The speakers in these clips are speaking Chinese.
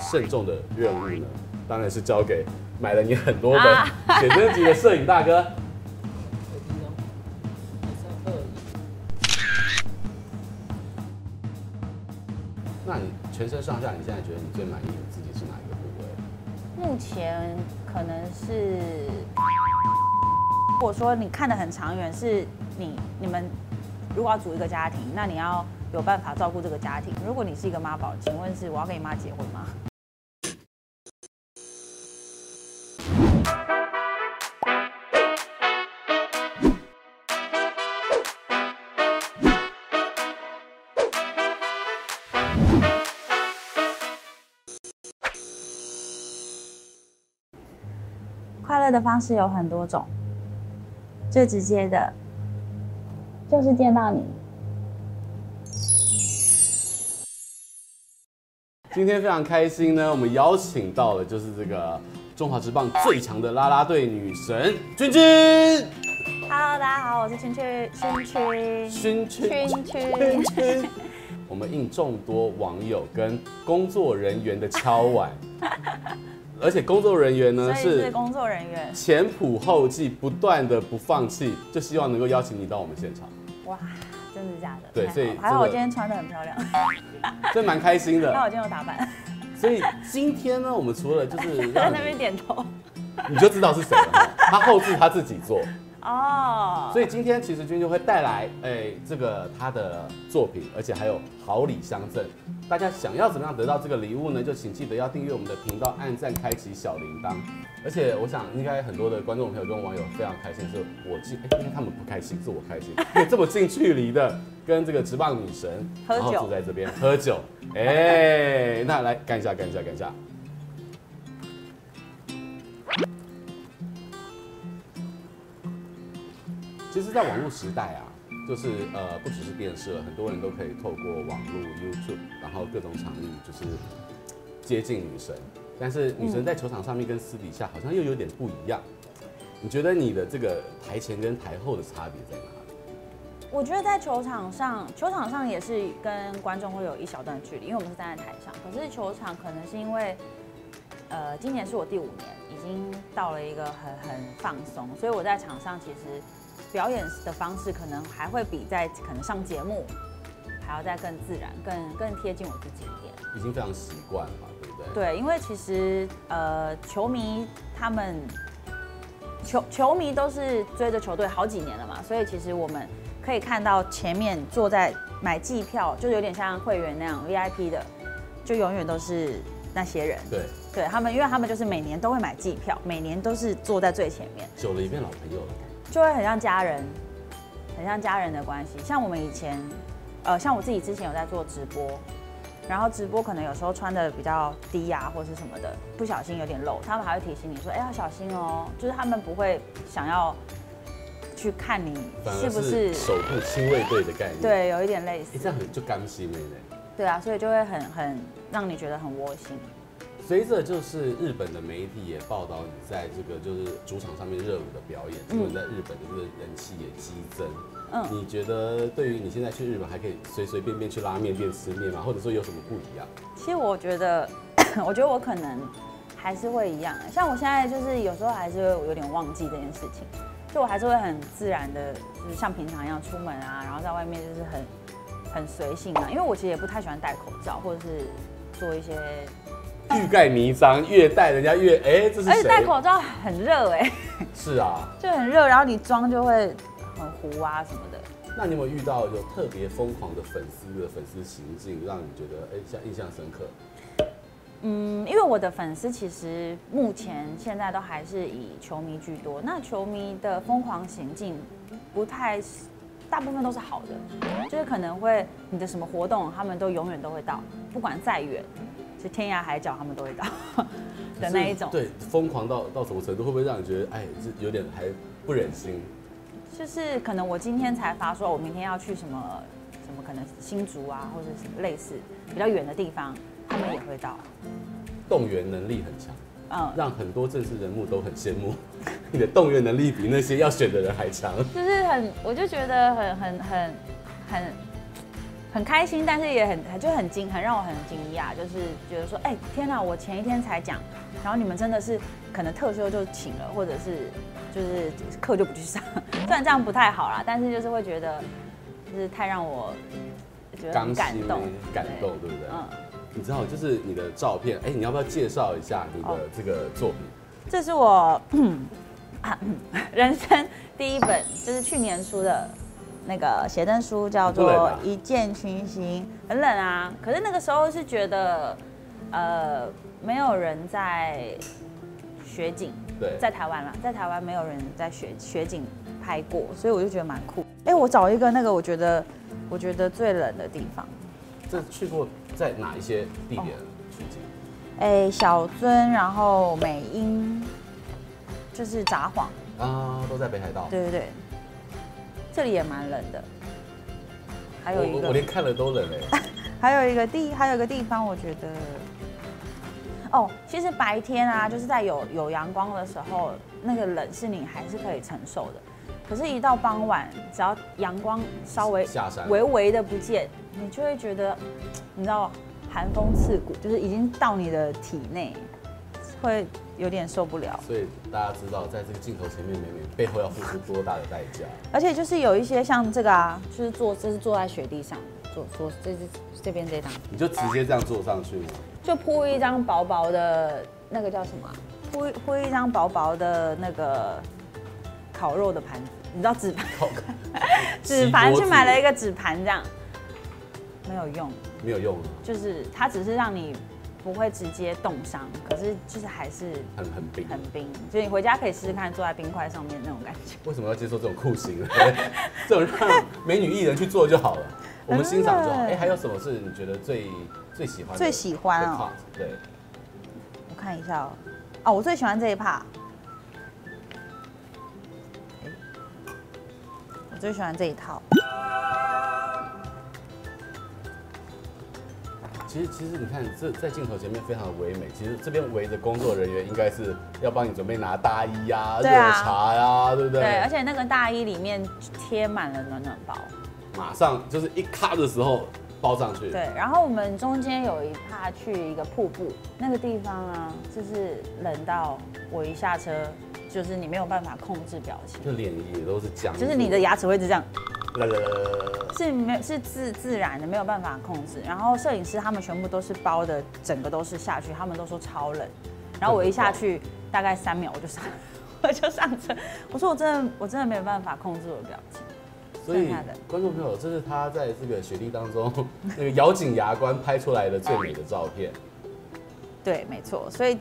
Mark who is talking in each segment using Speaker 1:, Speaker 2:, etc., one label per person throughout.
Speaker 1: 慎重的任务呢，当然是交给买了你很多本 写真集的摄影大哥。那你全身上下，你现在觉得你最满意你自己是哪一个部位？
Speaker 2: 目前可能是，如果说你看得很长远，是你你们如果要组一个家庭，那你要有办法照顾这个家庭。如果你是一个妈宝，请问是我要跟你妈结婚吗？快乐的方式有很多种，最直接的，就是见到你。
Speaker 1: 今天非常开心呢，我们邀请到了就是这个中华职棒最强的啦啦队女神君君，
Speaker 2: Hello，大家好，我是圈圈圈圈
Speaker 1: 君君
Speaker 2: 圈
Speaker 1: 圈
Speaker 2: 圈。
Speaker 1: 圈。我们应众多网友跟工作人员的敲碗，而且工作人员
Speaker 2: 所
Speaker 1: 呢
Speaker 2: 以
Speaker 1: 是
Speaker 2: 是工作人员，
Speaker 1: 前仆后继，不断的不放弃，就希望能够邀请你到我们现场，
Speaker 2: 哇，真的假的？
Speaker 1: 对
Speaker 2: 太好
Speaker 1: 所以
Speaker 2: 还好我
Speaker 1: 这个
Speaker 2: 今天穿的 很漂亮，
Speaker 1: 真蛮开心
Speaker 2: 还好
Speaker 1: 的。
Speaker 2: 我今天有打扮，
Speaker 1: 所以今天呢，我们除了就是
Speaker 2: 在
Speaker 1: 让
Speaker 2: 那边
Speaker 1: 你，
Speaker 2: 点头。
Speaker 1: 你就知道是谁了哈，他后置他自己做。
Speaker 2: 哦，
Speaker 1: 所以今天其实君君会带来，哎、这个他的作品，而且还有好礼相赠。大家想要怎么样得到这个礼物呢？就请记得要订阅我们的频道，按赞，开启小铃铛。而且我想，应该很多的观众朋友跟网友非常开心，是我进，哎、应该他们不开心，是我开心，因为这么近距离的跟这个直棒女神，
Speaker 2: 喝
Speaker 1: 然后
Speaker 2: 酒
Speaker 1: 坐在这边喝酒，哎、那来干一下，干一下，干一下。其实，在网络时代啊，就是呃，不只是电视了，很多人都可以透过网络、YouTube，然后各种场域，就是接近女神。但是女神在球场上面跟私底下好像又有点不一样。你觉得你的这个台前跟台后的差别在哪里？
Speaker 2: 我觉得在球场上，球场上也是跟观众会有一小段距离，因为我们是站在台上。可是球场可能是因为，呃，今年是我第五年，已经到了一个很很放松，所以我在场上其实表演的方式可能还会比在可能上节目还要再更自然、更更贴近我自己一点。
Speaker 1: 已经非常习惯了嘛，对不对？
Speaker 2: 对，因为其实呃，球迷他们球球迷都是追着球队好几年了嘛，所以其实我们可以看到前面坐在买季票，就是有点像会员那样 VIP 的，就永远都是那些人。
Speaker 1: 对，
Speaker 2: 对他们，因为他们就是每年都会买季票，每年都是坐在最前面，
Speaker 1: 久了也变老朋友了。
Speaker 2: 就会很像家人，很像家人的关系。像我们以前，呃，像我自己之前有在做直播，然后直播可能有时候穿的比较低啊，或是什么的，不小心有点露，他们还会提醒你说，哎、要小心哦。就是他们不会想要去看你
Speaker 1: 反
Speaker 2: 是
Speaker 1: 而
Speaker 2: 不
Speaker 1: 是
Speaker 2: 是
Speaker 1: 守护亲卫队的概念。，
Speaker 2: 对，有一点类
Speaker 1: 哎，
Speaker 2: 似，
Speaker 1: 这样很就甘心了呢。
Speaker 2: 对啊，所以就会很很让你觉得很窝心。
Speaker 1: 随着就是日本的媒体也报道你在这个就是主场上面热舞的表演，结果你在日本就是人气也激增。
Speaker 2: 嗯
Speaker 1: 你觉得对于你现在去日本还可以随随便便去拉面店吃面吗？或者说有什么不一样？
Speaker 2: 其实我觉得， 我觉得我可能还是会一样，啊像我现在就是有时候还是会有点忘记这件事情，就我还是会很自然的，就是像平常一样出门啊，然后在外面就是很很随性啊，因为我其实也不太喜欢戴口罩或者是做一些，
Speaker 1: 欲盖弥彰，越戴人家越哎、这是
Speaker 2: 而且戴
Speaker 1: 谁？
Speaker 2: 口罩很热哎、
Speaker 1: 是啊，
Speaker 2: 就很热，然后你妆就会很糊啊什么的。
Speaker 1: 那你有没有遇到有特别疯狂的粉丝的粉丝行径，让你觉得哎、像印象深刻？
Speaker 2: 嗯，因为我的粉丝其实目前现在都还是以球迷居多，那球迷的疯狂行径不太是，大部分都是好的，就是可能会你的什么活动，他们都永远都会到，不管再远，就天涯海角他们都会到的那一种。
Speaker 1: 对，疯狂到到什么程度，会不会让你觉得哎，这有点还不忍心？
Speaker 2: 就是可能我今天才发说，我明天要去什么什么，可能新竹啊，或者是什么类似比较远的地方，他们也会到。
Speaker 1: 动员能力很强。
Speaker 2: 嗯，
Speaker 1: 让很多政治人物都很羡慕。 你的动员能力比那些要选的人还强。
Speaker 2: 就是很，我就觉得很很很很很开心，但是也很就很惊，很让我很惊讶，就是觉得说，哎、天哪，我前一天才讲，然后你们真的是可能特休就请了，或者是就是课就不去上， 虽然这样不太好啦，但是就是会觉得，就是太让我觉得
Speaker 1: 刚
Speaker 2: 很
Speaker 1: 心
Speaker 2: 感动，
Speaker 1: 感动，对不对？
Speaker 2: 嗯。
Speaker 1: 你知道，就是你的照片，哎，你要不要介绍一下你的
Speaker 2: 哦
Speaker 1: 这个作品？
Speaker 2: 这是我 啊 人生第一本，就是去年出的那个写真书，叫做
Speaker 1: 很冷啊
Speaker 2: 《
Speaker 1: 吧
Speaker 2: 一见倾心》，很冷啊。可是那个时候是觉得，呃，没有人在雪景，
Speaker 1: 对，
Speaker 2: 在台湾啦，在台湾没有人在雪雪景拍过，所以我就觉得蛮酷。哎、我找一个那个我觉得我觉得最冷的地方，
Speaker 1: 这去过在哪一些地点取景？
Speaker 2: 哎、小樽，然后美英，就是札幌。
Speaker 1: 啊，都在北海道。
Speaker 2: 对对对，这里也蛮冷的。还有一
Speaker 1: 我我
Speaker 2: 个，
Speaker 1: 连看了都冷哎。
Speaker 2: 还有一个地，还有一个地方，我觉得，哦，其实白天
Speaker 1: 嗯
Speaker 2: 啊，就是在有有阳光的时候，那个冷是你还是可以承受的。可是，一到傍晚，只要阳光稍微
Speaker 1: 下山了
Speaker 2: 微微的不见，你就会觉得，你知道，寒风刺骨，就是已经到你的体内，会有点受不了。
Speaker 1: 所以大家知道，在这个镜头前面，美美背后要付出多大的代价？
Speaker 2: 而且就是有一些像这个啊，就是坐，这是坐在雪地上，坐坐这是这边这张，
Speaker 1: 你就直接这样坐上去 吗？
Speaker 2: 就铺一张薄薄的那个叫什么啊、铺铺一张薄薄的那个烤肉的盘子，你知道纸 盘，
Speaker 1: 靠，
Speaker 2: 纸盘去买了一个纸盘这样，没有用，
Speaker 1: 没有用啊，
Speaker 2: 就是它只是让你不会直接冻伤，可是就是还是
Speaker 1: 很很冰。啊
Speaker 2: 很冰，所以你回家可以试试看坐在冰块上面那种感觉。
Speaker 1: 为什么要接受这种酷刑呢？ 这种让美女艺人去做就好 了，我们欣赏就好。
Speaker 2: 真的
Speaker 1: 哎，还有什么是你觉得最最喜欢的？
Speaker 2: 嗯最喜欢哦
Speaker 1: part？对，
Speaker 2: 我看一下哦，哦，我最喜欢这一趴。诶我最喜欢这一套，
Speaker 1: 其实其实你看这在镜头前面非常的唯美，其实这边围着工作人员应该是要帮你准备拿大衣呀、热
Speaker 2: 对啊
Speaker 1: 茶呀、对不对？
Speaker 2: 对，而且那个大衣里面贴满了暖暖包，
Speaker 1: 马上就是一咔的时候包上去。
Speaker 2: 对，，然后我们中间有一趴去一个瀑布，那个地方啊，就是冷到我一下车，就是你没有办法控制表情，
Speaker 1: 就脸也都是僵住。呃
Speaker 2: 就是你的牙齿会一直这样，
Speaker 1: 啦啦啦啦啦啦
Speaker 2: 是没是自自然的，没有办法控制。然后摄影师他们全部都是包的，整个都是下去，他们都说超冷。然后我一下去，大概三秒我就上， 我就上车。我说我真的我真的没有办法控制我的表情。
Speaker 1: 所以
Speaker 2: 剩下的
Speaker 1: 观众朋友，这是他在这个雪地当中 那个咬紧牙关拍出来的最美的照片。
Speaker 2: 对，没错，所以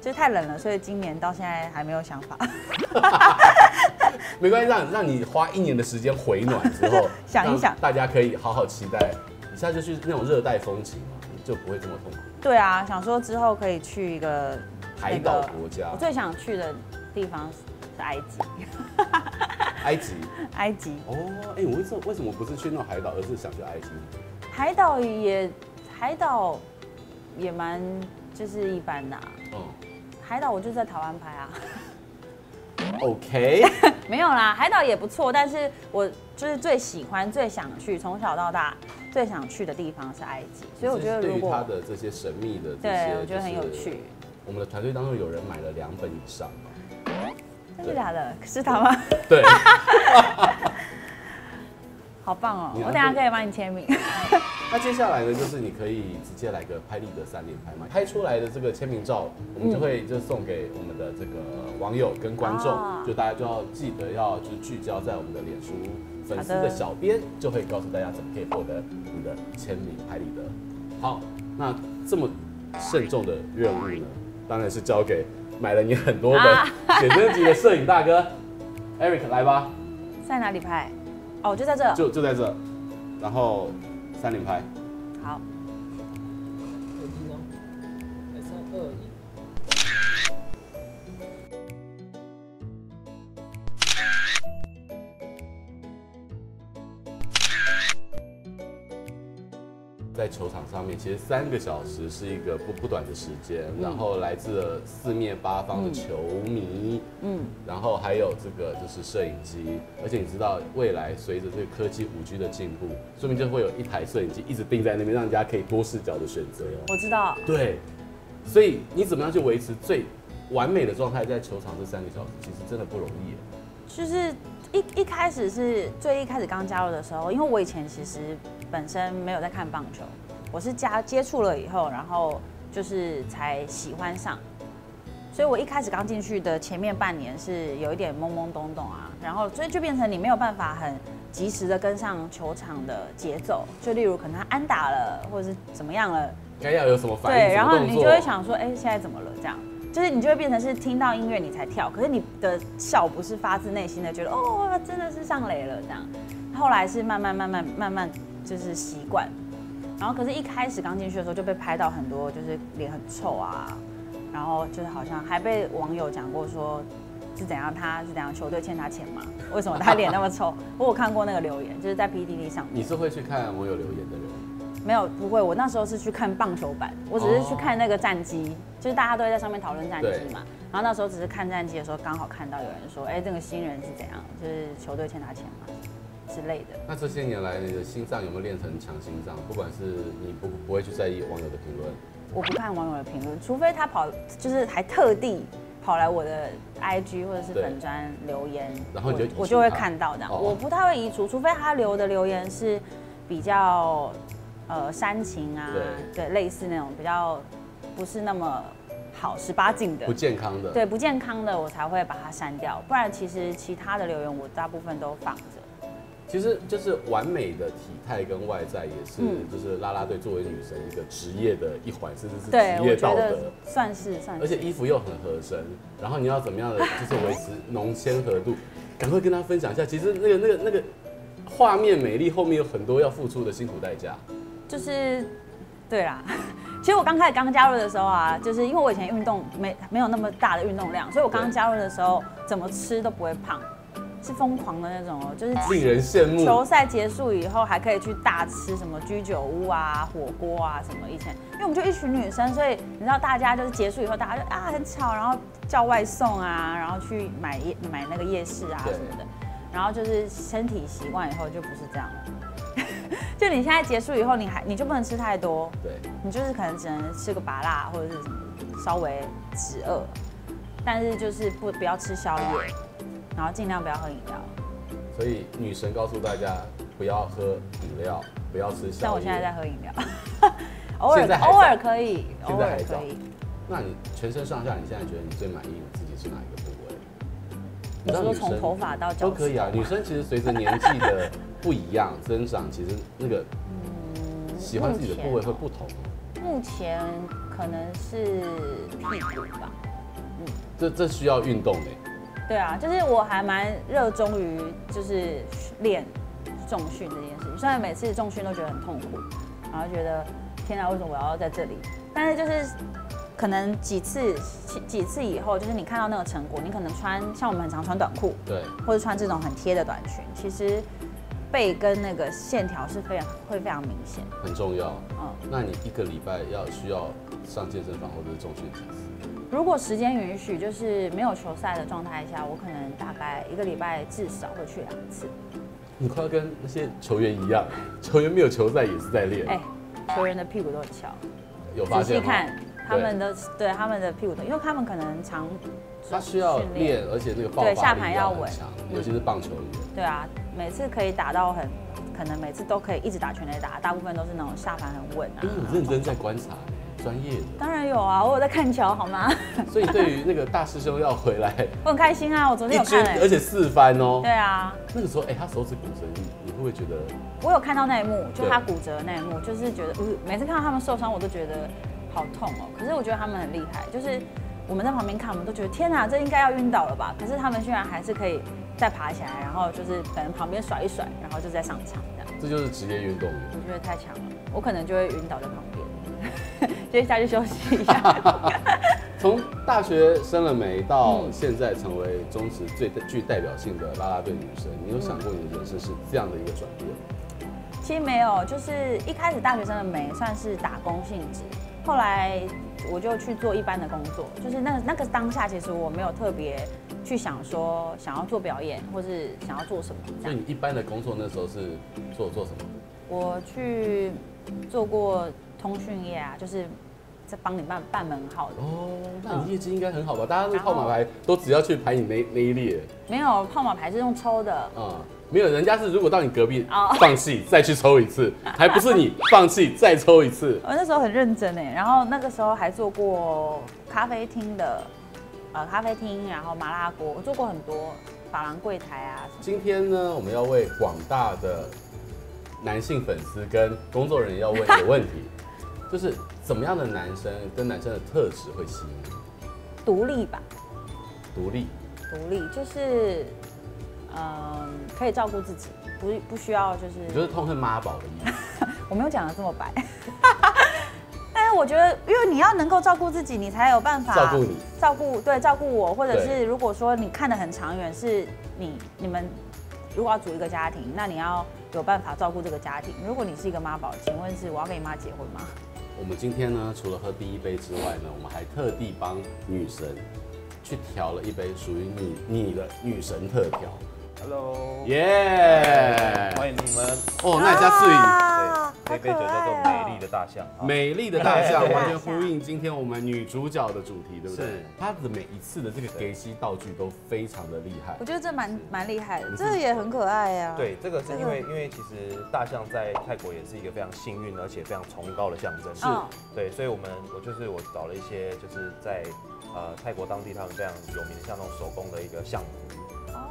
Speaker 2: 就是太冷了，所以今年到现在还没有想法，，
Speaker 1: 没关系，让让你花一年的时间回暖之后
Speaker 2: 想一想
Speaker 1: 让大家可以好好期待一下，就去那种热带风情嘛，就不会这么痛苦。
Speaker 2: 对啊，想说之后可以去一个
Speaker 1: 海岛国家
Speaker 2: 我最想去的地方是埃及，
Speaker 1: 埃 及
Speaker 2: 埃及
Speaker 1: 哦，哎、我为什么为什么不是去那种海岛，而是想去埃及？
Speaker 2: 海岛也海岛也蛮就是一般的啊、
Speaker 1: 嗯
Speaker 2: 海岛我就在台湾拍啊，
Speaker 1: ，OK，
Speaker 2: 没有啦，海岛也不错，但是我就是最喜欢、最想去，从小到大最想去的地方是埃及，所以我觉得
Speaker 1: 这是对
Speaker 2: 如
Speaker 1: 于他
Speaker 2: 果
Speaker 1: 的这些神秘的这些，
Speaker 2: 对我觉得很有趣。。
Speaker 1: 我们的团队当中有人买了两本以上，
Speaker 2: 真的假的？是他吗？
Speaker 1: 对，
Speaker 2: 好棒哦！
Speaker 1: 你
Speaker 2: 我
Speaker 1: 拿
Speaker 2: 等一下
Speaker 1: 这个
Speaker 2: 可以帮你签名。
Speaker 1: 那接下来呢，就是你可以直接来个拍立得三连拍嘛，拍出来的这个签名照，我们就会就送给我们的这个网友跟观众，
Speaker 2: 啊
Speaker 1: 就大家就要记得要就聚焦在我们的脸书粉丝的小编，就会告诉大家怎么可以获得你的签名拍立得。好，那这么慎重的任务呢，当然是交给买了你很多
Speaker 2: 啊
Speaker 1: 本写真集的摄影大哥 Eric 来吧，
Speaker 2: 在哪里拍？哦，就在这。
Speaker 1: 就就在这，然后三连拍。
Speaker 2: 好，
Speaker 3: 手机吗？还是二一？
Speaker 1: 在在球场上面，其实三个小时是一个不不短的时间，
Speaker 2: 嗯
Speaker 1: 然后来自了四面八方的球迷，
Speaker 2: 嗯，
Speaker 1: 然后还有这个就是摄影机，而且你知道未来随着这个科技五 G 的进步，说明就会有一台摄影机一直定在那边，让人家可以多视角的选择哦。
Speaker 2: 我知道。
Speaker 1: 对，所以你怎么样去维持最完美的状态在球场这三个小时，其实真的不容易耶。
Speaker 2: 就是一一开始是最一开始刚加入的时候，因为我以前其实本身没有在看棒球，我是加接触了以后，然后就是才喜欢上。所以我一开始刚进去的前面半年是有一点懵懵懂懂啊，然后所以就变成你没有办法很及时的跟上球场的节奏，就例如可能他安打了，或者是怎么样了，
Speaker 1: 该要有什么反应？
Speaker 2: 对，然
Speaker 1: 什么
Speaker 2: 后
Speaker 1: 动
Speaker 2: 你
Speaker 1: 作
Speaker 2: 就会，想说，哎、现在怎么了？这样，就是你就会变成是听到音乐你才跳，可是你的笑不是发自内心的觉得，哦，真的是上雷了这样。后来是慢慢慢慢慢慢就是习惯，然后可是一开始刚进去的时候就被拍到很多就是脸很臭啊，然后就是好像还被网友讲过说。是怎样？他是怎样？球队欠他钱吗？为什么他脸那么臭？我有看过那个留言，就是在 PDD 上面。
Speaker 1: 你是会去看我有留言的人。
Speaker 2: 没有，不会。我那时候是去看棒球版，我只是去看那个战绩，就是大家都会在上面讨论战绩嘛。然后那时候只是看战绩的时候，刚好看到有人说，哎，这个新人是怎样，就是球队欠他钱嘛之类的。
Speaker 1: 那这些年来，你的心脏有没有练成强心脏？不管是你不不会去在意网友的评论，
Speaker 2: 我不看网友的评论，除非他跑，就是还特地跑来我的 IG 或者是
Speaker 1: 对
Speaker 2: 粉砖留言，
Speaker 1: 然后你就移除
Speaker 2: 我我就会
Speaker 1: 它
Speaker 2: 看到这样。
Speaker 1: 哦
Speaker 2: 我不太会移除，除非他留的留言是比较呃煽情啊，对，类似那种比较不是那么好十八禁的
Speaker 1: 不。健康的。
Speaker 2: 对不健康的我才会把它删掉，不然其实其他的留言我大部分都放着。
Speaker 1: 其实就是完美的体态跟外在，也是
Speaker 2: 嗯
Speaker 1: 就是啦啦队作为女神一个职业的一环，甚至是
Speaker 2: 对，
Speaker 1: 职
Speaker 2: 我
Speaker 1: 业
Speaker 2: 觉
Speaker 1: 道
Speaker 2: 得
Speaker 1: 德。
Speaker 2: 算是算
Speaker 1: 而
Speaker 2: 是。
Speaker 1: 且衣服又很合身，然后你要怎么样的就是维持浓纤合度，赶快跟大家分享一下。其实那个那个那个画面美丽后面有很多要付出的辛苦代价。
Speaker 2: 就是，对啦。 其实我刚开始刚加入的时候啊，就是因为我以前运动没没有那么大的运动量，所以我刚
Speaker 1: 对
Speaker 2: 加入的时候怎么吃都不会胖，是疯狂的那种哦，就是
Speaker 1: 令人羡慕。
Speaker 2: 球赛结束以后还可以去大吃什么居酒屋啊、火锅啊什么。以前因为我们就一群女生，所以你知道大家就是结束以后，大家就啊很吵，然后叫外送啊，然后去买夜买那个夜市啊
Speaker 1: 对
Speaker 2: 什么的。然后就是身体习惯以后就不是这样了。 就你现在结束以后，你还你就不能吃太多，
Speaker 1: 对，
Speaker 2: 你就是可能只能吃个麻辣或者是什么稍微止饿，但是就是不不要吃宵夜，然后尽量不要喝饮料。
Speaker 1: 所以女神告诉大家不要喝饮料，不要吃
Speaker 2: 但
Speaker 1: 宵
Speaker 2: 我
Speaker 1: 夜。
Speaker 2: 现在在喝饮料， 偶尔
Speaker 1: 现在还早
Speaker 2: 偶尔可以，
Speaker 1: 现
Speaker 2: 偶
Speaker 1: 在还
Speaker 2: 尔
Speaker 1: 早
Speaker 2: 可以。
Speaker 1: 那你全身上下，你现在觉得你最满意你自己是哪一个部位？
Speaker 2: 你
Speaker 1: 知道
Speaker 2: 说
Speaker 1: 女
Speaker 2: 从
Speaker 1: 生
Speaker 2: 头发到脚
Speaker 1: 都可以啊。女生其实随着年纪的不一样增长，其实那个喜欢自己的部位会不同。
Speaker 2: 目前可能是屁股吧。
Speaker 1: 这这需要运动哎，
Speaker 2: 对啊，就是我还蛮热衷于就是练重训这件事情，虽然每次重训都觉得很痛苦，然后觉得天啊，为什么我要在这里？但是就是可能几次几几次以后，就是你看到那个成果，你可能穿像我们很常穿短裤，
Speaker 1: 对，
Speaker 2: 或者穿这种很贴的短裙，其实背跟那个线条是非常会非常明显。
Speaker 1: 很重要。
Speaker 2: 嗯，
Speaker 1: 那你一个礼拜要需要上健身房或者是重训几次？
Speaker 2: 如果时间允许，就是没有球赛的状态下，我可能大概一个礼拜至少会去两次。
Speaker 1: 你快要跟那些球员一样， 球员没有球赛也是在练，
Speaker 2: 哎、球员的屁股都很翘，
Speaker 1: 有发
Speaker 2: 仔细
Speaker 1: 现吗？
Speaker 2: 看他们的对他们的屁股都，因为他们可能常
Speaker 1: 他需要
Speaker 2: 训
Speaker 1: 练，，而且那个爆
Speaker 2: 对
Speaker 1: 发
Speaker 2: 下
Speaker 1: 力
Speaker 2: 盘
Speaker 1: 要
Speaker 2: 要
Speaker 1: 很
Speaker 2: 稳
Speaker 1: 强，尤其是棒球员。
Speaker 2: 对啊，每次可以打到很，可能每次都可以一直打全垒打，大部分都是那种下盘很稳啊
Speaker 1: 因为。哎你认真在观察，哎专业的，
Speaker 2: 当然有啊，我有在看球好吗？
Speaker 1: 所以对于那个大师兄要回来
Speaker 2: 我很开心啊，我昨
Speaker 1: 一
Speaker 2: 天有
Speaker 1: 军
Speaker 2: 看、，
Speaker 1: 而
Speaker 2: 欸，
Speaker 1: 且四番哦
Speaker 2: 对。啊，
Speaker 1: 那个时候，哎，他手指骨折，你你会不会觉得
Speaker 2: 我有看到那一幕，就
Speaker 1: 对
Speaker 2: 他骨折的那一幕，就是觉得，呃每次看到他们受伤，我都觉得好痛哦。可是我觉得他们很厉害，就是我们在旁边看，我们都觉得天啊哪，这应该要晕倒了吧？可是他们居然还是可以再爬起来，然后就是等旁边甩一甩，然后就再上场这样。
Speaker 1: 这就是职业运动员？
Speaker 2: 我觉得太强了，我可能就会晕倒在旁边， 就下去休息一下。
Speaker 1: 从大学生了没到
Speaker 2: 嗯
Speaker 1: 现在成为中职
Speaker 2: 嗯
Speaker 1: 最具代表性的啦啦队女神，你有想过你的人生是这样的一个转变吗？
Speaker 2: 其实没有，就是一开始大学生的美算是打工性质，后来我就去做一般的工作，就是那那个当下，其实我没有特别去想说想要做表演，或是想要做什么这
Speaker 1: 那
Speaker 2: 样。
Speaker 1: 你一般的工作那时候是做做什么？
Speaker 2: 我去做过通讯业啊，就是在帮你办办门号的，
Speaker 1: 哦，那你业绩应该很好吧？大家那个号码牌都只要去排你那那一列，
Speaker 2: 没有号码牌是用抽的，
Speaker 1: 啊、没有，人家是如果到你隔壁
Speaker 2: 哦
Speaker 1: 放弃再去抽一次，还不是你放弃再抽一次。
Speaker 2: 我那时候很认真哎，然后那个时候还做过咖啡厅的，呃，咖啡厅，然后麻辣锅，我做过很多法郎柜台啊什么。
Speaker 1: 今天呢，我们要为广大的男性粉丝跟工作人员要问一个问题，就是怎么样的男生跟男生的特质会吸引你？
Speaker 2: 独立吧，
Speaker 1: 独立，
Speaker 2: 独立就是，嗯、可以照顾自己，不不需要就，
Speaker 1: 你就是是痛恨妈宝的意思。
Speaker 2: 我没有讲的这么白。 但是我觉得，因为你要能够照顾自己，你才有办法
Speaker 1: 照顾你，
Speaker 2: 照顾对照顾我，或者
Speaker 1: 对
Speaker 2: 是如果说你看得很长远，是你你们如果要组一个家庭，那你要有办法照顾这个家庭。如果你是一个妈宝，请问是我要跟你妈结婚吗？
Speaker 1: 我们今天呢，除了喝第一杯之外呢，我们还特地帮女神去调了一杯属于你你的女神特调，
Speaker 4: Hello，
Speaker 1: 耶、
Speaker 4: 欢迎你们。
Speaker 1: 哦，那家是以
Speaker 2: 啊
Speaker 4: 对，这杯酒叫做美丽的大象。啊
Speaker 1: 美丽的大象，
Speaker 4: 对
Speaker 1: 完全呼应今天我们女主角的主题，对不对
Speaker 4: 是？
Speaker 1: 她的每一次的这个给息道具都非常的厉害
Speaker 2: 我。觉得这蛮蛮厉害的，
Speaker 1: 嗯
Speaker 2: 这个也很可爱呀、啊。，
Speaker 4: 对，这个是因为因为其实大象在泰国也是一个非常幸运而且非常崇高的象征。
Speaker 2: 是嗯
Speaker 4: 对，所以我们我就是我找了一些就是在呃泰国当地他们非常有名的像那种手工的一个象服，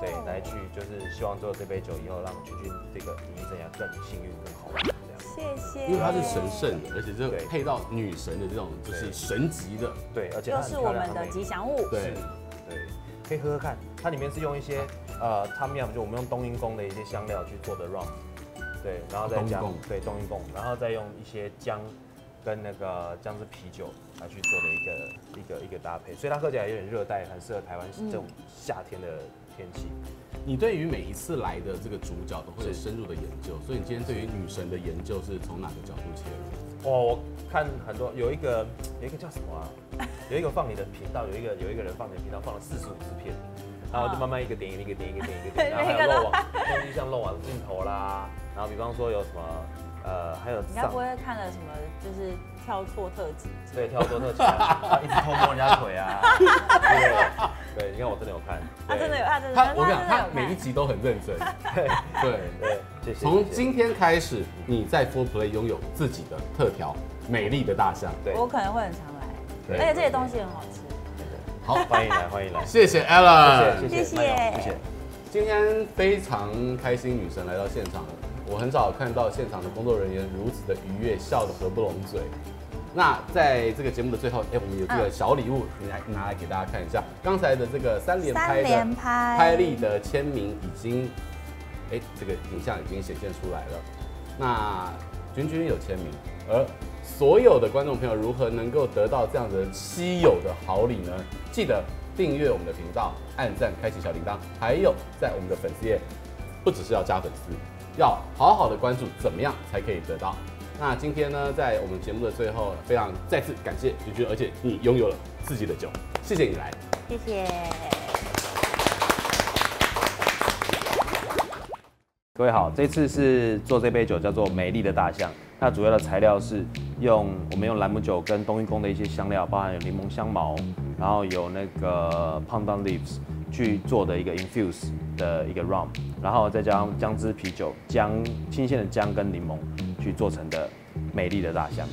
Speaker 4: 对，
Speaker 2: 哦
Speaker 4: 来去就是希望做这杯酒以后让君君这个演艺生涯更幸运更好玩这样。
Speaker 2: 谢谢。
Speaker 1: 因为她是神圣的，而且这
Speaker 4: 对
Speaker 1: 配到女神的这种就是
Speaker 4: 对
Speaker 1: 神级的，
Speaker 4: 对，而且它
Speaker 2: 又
Speaker 4: 很
Speaker 2: 是
Speaker 4: 漂
Speaker 2: 我
Speaker 4: 亮
Speaker 2: 们的
Speaker 4: 它
Speaker 2: 吉祥物。
Speaker 1: 对
Speaker 4: 是，对，可以喝喝看。它里面是用一些呃汤面，就我们用冬阴功的一些香料去做的 rum，对，然后再加
Speaker 1: 冬阴功
Speaker 4: 对冬阴功，然后再用一些姜跟那个姜汁啤酒来去做的一个一个一个搭配，所以它喝起来有点热带，很适合台湾这种夏天的天气。
Speaker 1: 你对于每一次来的这个主角都会有
Speaker 4: 是
Speaker 1: 深入的研究，所以你今天对于女神的研究是从哪个角度切入？
Speaker 4: 哇，哦我看很多有一个有一个叫什么啊？ 有一个放你的频道，有一个有一个人放你的频道放了四十五支片，然后我就慢慢一个点一个一个点一个点一个 点，然后
Speaker 2: 每
Speaker 4: 还有
Speaker 2: 啊个都
Speaker 4: 漏网，东西像漏网镜头啦，然后比方说有什么呃，还有
Speaker 2: 你该
Speaker 4: 上
Speaker 2: 不会看了什么就是跳错特辑？
Speaker 4: 对跳多特技啊，然后一直偷摸人家腿 啊，对对，你看我真的有看，
Speaker 2: 他啊真的有，他真的，
Speaker 1: 她，我跟你讲，
Speaker 2: 真的
Speaker 1: 她
Speaker 2: 有
Speaker 1: 每一
Speaker 2: 看
Speaker 1: 集都很认真。
Speaker 4: 对
Speaker 1: 对，
Speaker 4: 对，谢谢，
Speaker 1: 从
Speaker 4: 谢谢
Speaker 1: 今天开始，你在 Four Play 拥有自己的特调，美丽的大象。
Speaker 4: 对，
Speaker 2: 我可能会很常
Speaker 1: 对
Speaker 2: 来，而且这些东西很好吃。
Speaker 1: 好，啊
Speaker 4: 欢迎来欢迎来，
Speaker 1: 谢谢 Alan，
Speaker 4: 谢谢
Speaker 2: 谢谢
Speaker 4: 麦董谢谢，
Speaker 1: 今天非常开心，女神来到现场了。我很少看到现场的工作人员如此的愉悦，笑得合不拢嘴。那在这个节目的最后，哎、我们有这个小礼物，你来拿来给大家看一下。刚才的这个三连拍的
Speaker 2: 拍
Speaker 1: 拍立得签名已经，哎、这个影像已经显现出来了。那君君有签名，而所有的观众朋友如何能够得到这样的稀有的好礼呢？记得订阅我们的频道，按赞，开启小铃铛，还有在我们的粉丝页，不只是要加粉丝，要好好的关注怎么样才可以得到。那今天呢，在我们节目的最后，非常再次感谢君君，而且你拥有了自己的酒，谢谢你来。
Speaker 2: 谢谢。
Speaker 4: 各位好，这次是做这杯酒叫做美丽的大象。那主要的材料是用我们用兰姆酒跟冬阴功的一些香料，包含有柠檬香茅，然后有那个 pandan leaves 去做的一个 infuse 的一个 rum，然后再加上姜汁啤酒、姜新鲜的姜跟柠檬去做成的美丽的大象。